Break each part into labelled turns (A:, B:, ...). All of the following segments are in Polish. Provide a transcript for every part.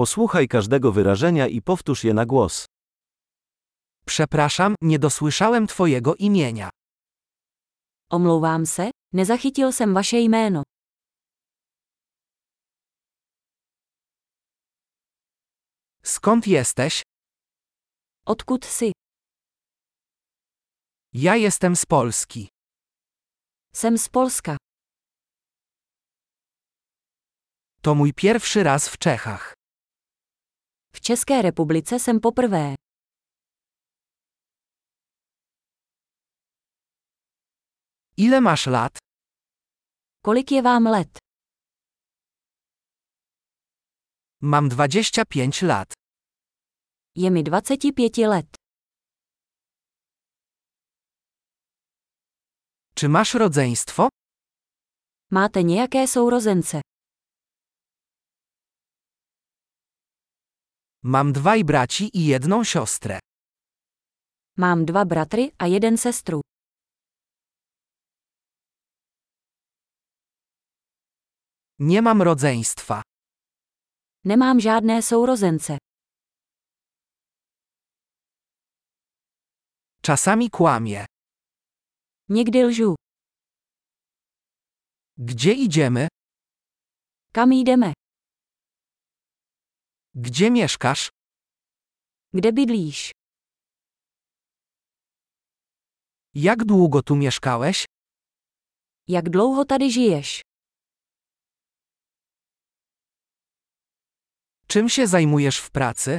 A: Posłuchaj każdego wyrażenia i powtórz je na głos.
B: Przepraszam, nie dosłyszałem Twojego imienia.
C: Omlouvám se, nezachytil jsem vaše jméno.
B: Skąd jesteś?
C: Odkud jsi?
B: Ja jestem z Polski.
C: Jsem z Polska.
B: To mój pierwszy raz w Czechach.
C: V České republice jsem poprvé.
B: Ile masz lat?
C: Kolik je vám let?
B: Mam 25 lat.
C: Je mi 25 let.
B: Czy masz rodzeństwo?
C: Máte nějaké sourozence?
B: Mam dwaj braci i jedną siostrę.
C: Mám dva bratry a jeden sestru.
B: Nie mam rodzeństwa.
C: Nemám žádné sourozence.
B: Czasami kłamię.
C: Někdy lžu.
B: Gdzie idziemy?
C: Kam jdeme?
B: Gdzie mieszkasz?
C: Kde bydlíš?
B: Jak długo tu mieszkałeś?
C: Jak dlouho tady žiješ?
B: Czym się zajmujesz w pracy?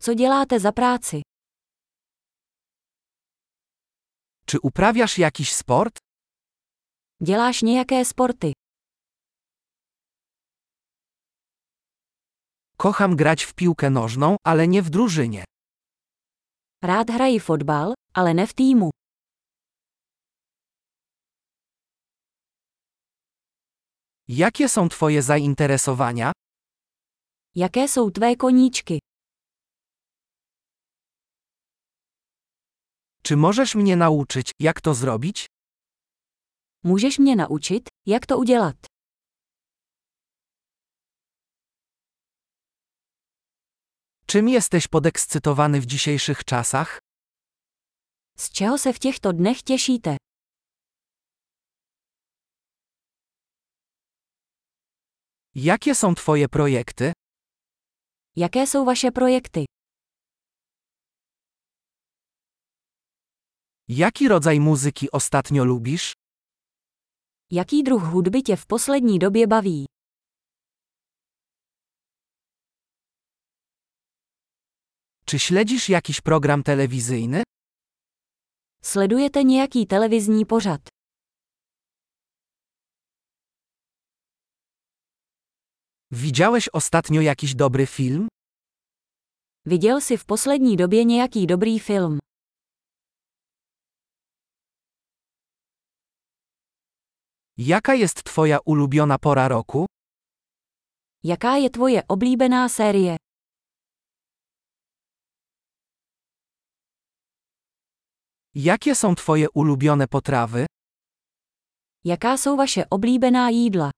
C: Co děláte za práci?
B: Czy uprawiasz jakiś sport?
C: Děláš nějaké sporty?
B: Kocham grać w piłkę nożną, ale nie w drużynie.
C: Rád hrají fotbal, ale ne v týmu.
B: Jakie są Twoje zainteresowania?
C: Jaké jsou tvé koníčky?
B: Czy możesz mnie nauczyć, jak to zrobić?
C: Můžeš mě naučit, jak to udělat?
B: Czym jesteś podekscytowany w dzisiejszych czasach?
C: Z čeho se v těchto dnech těšíte?
B: Jakie są Twoje projekty?
C: Jaké jsou vaše projekty?
B: Jaki rodzaj muzyki ostatnio lubisz?
C: Jaký druh hudby tě v poslední době baví?
B: Czy śledzisz jakiś program telewizyjny?
C: Sledujete nějaký televizní pořad?
B: Widziałeś ostatnio jakiś dobry film?
C: Viděl jsi v poslední době nějaký dobrý film?
B: Jaka jest Twoja ulubiona pora roku?
C: Jaká je tvoje oblíbená série?
B: Jakie są Twoje ulubione potrawy?
C: Jaká jsou vaše oblíbená jídla?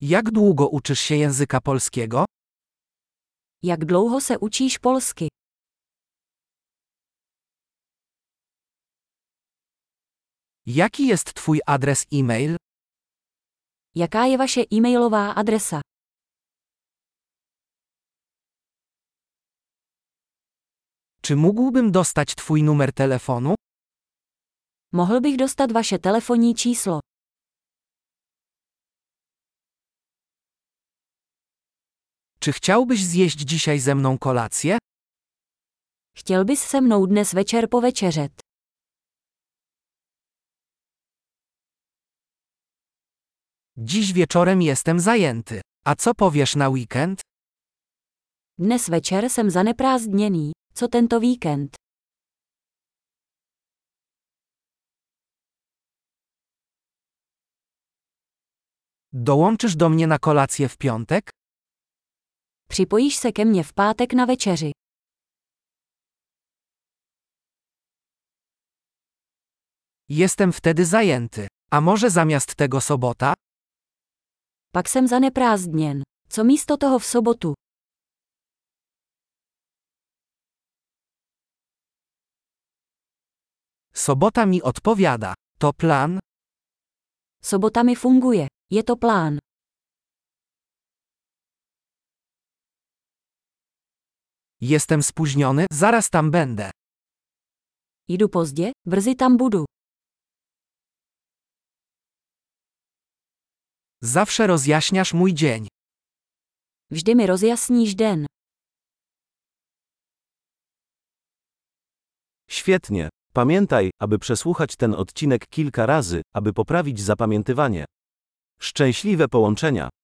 B: Jak długo uczysz się języka polskiego?
C: Jak dlouho se učíš polsky?
B: Jaki jest Twój adres e-mail?
C: Jaká je vaše e-mailová adresa?
B: Czy mógłbym dostać Twój numer telefonu?
C: Mohl bych dostat vaše telefonní číslo?
B: Czy chciałbyś zjeść dzisiaj ze mną kolację?
C: Chtěl bys se mnou dnes večer povečeřet?
B: Dziś wieczorem jestem zajęty. A co powiesz na weekend?
C: Dnes večer jsem zaneprázdněný. Co tento víkend?
B: Dołączysz do mnie na kolację w piątek?
C: Připojíš se ke mně v pátek na večeři.
B: Jestem wtedy zajęty. A może zamiast tego sobota?
C: Pak jsem zaneprázdněn. Co místo toho v sobotu?
B: Sobota mi odpowiada. To plan?
C: Sobota mi funguje. Je to plán.
B: Jestem spóźniony, zaraz tam będę.
C: Jdu pozdě, brzy tam budu.
B: Zawsze rozjaśniasz mój dzień.
C: Vždy mi rozjasníš den.
A: Świetnie. Pamiętaj, aby przesłuchać ten odcinek kilka razy, aby poprawić zapamiętywanie. Szczęśliwe połączenia.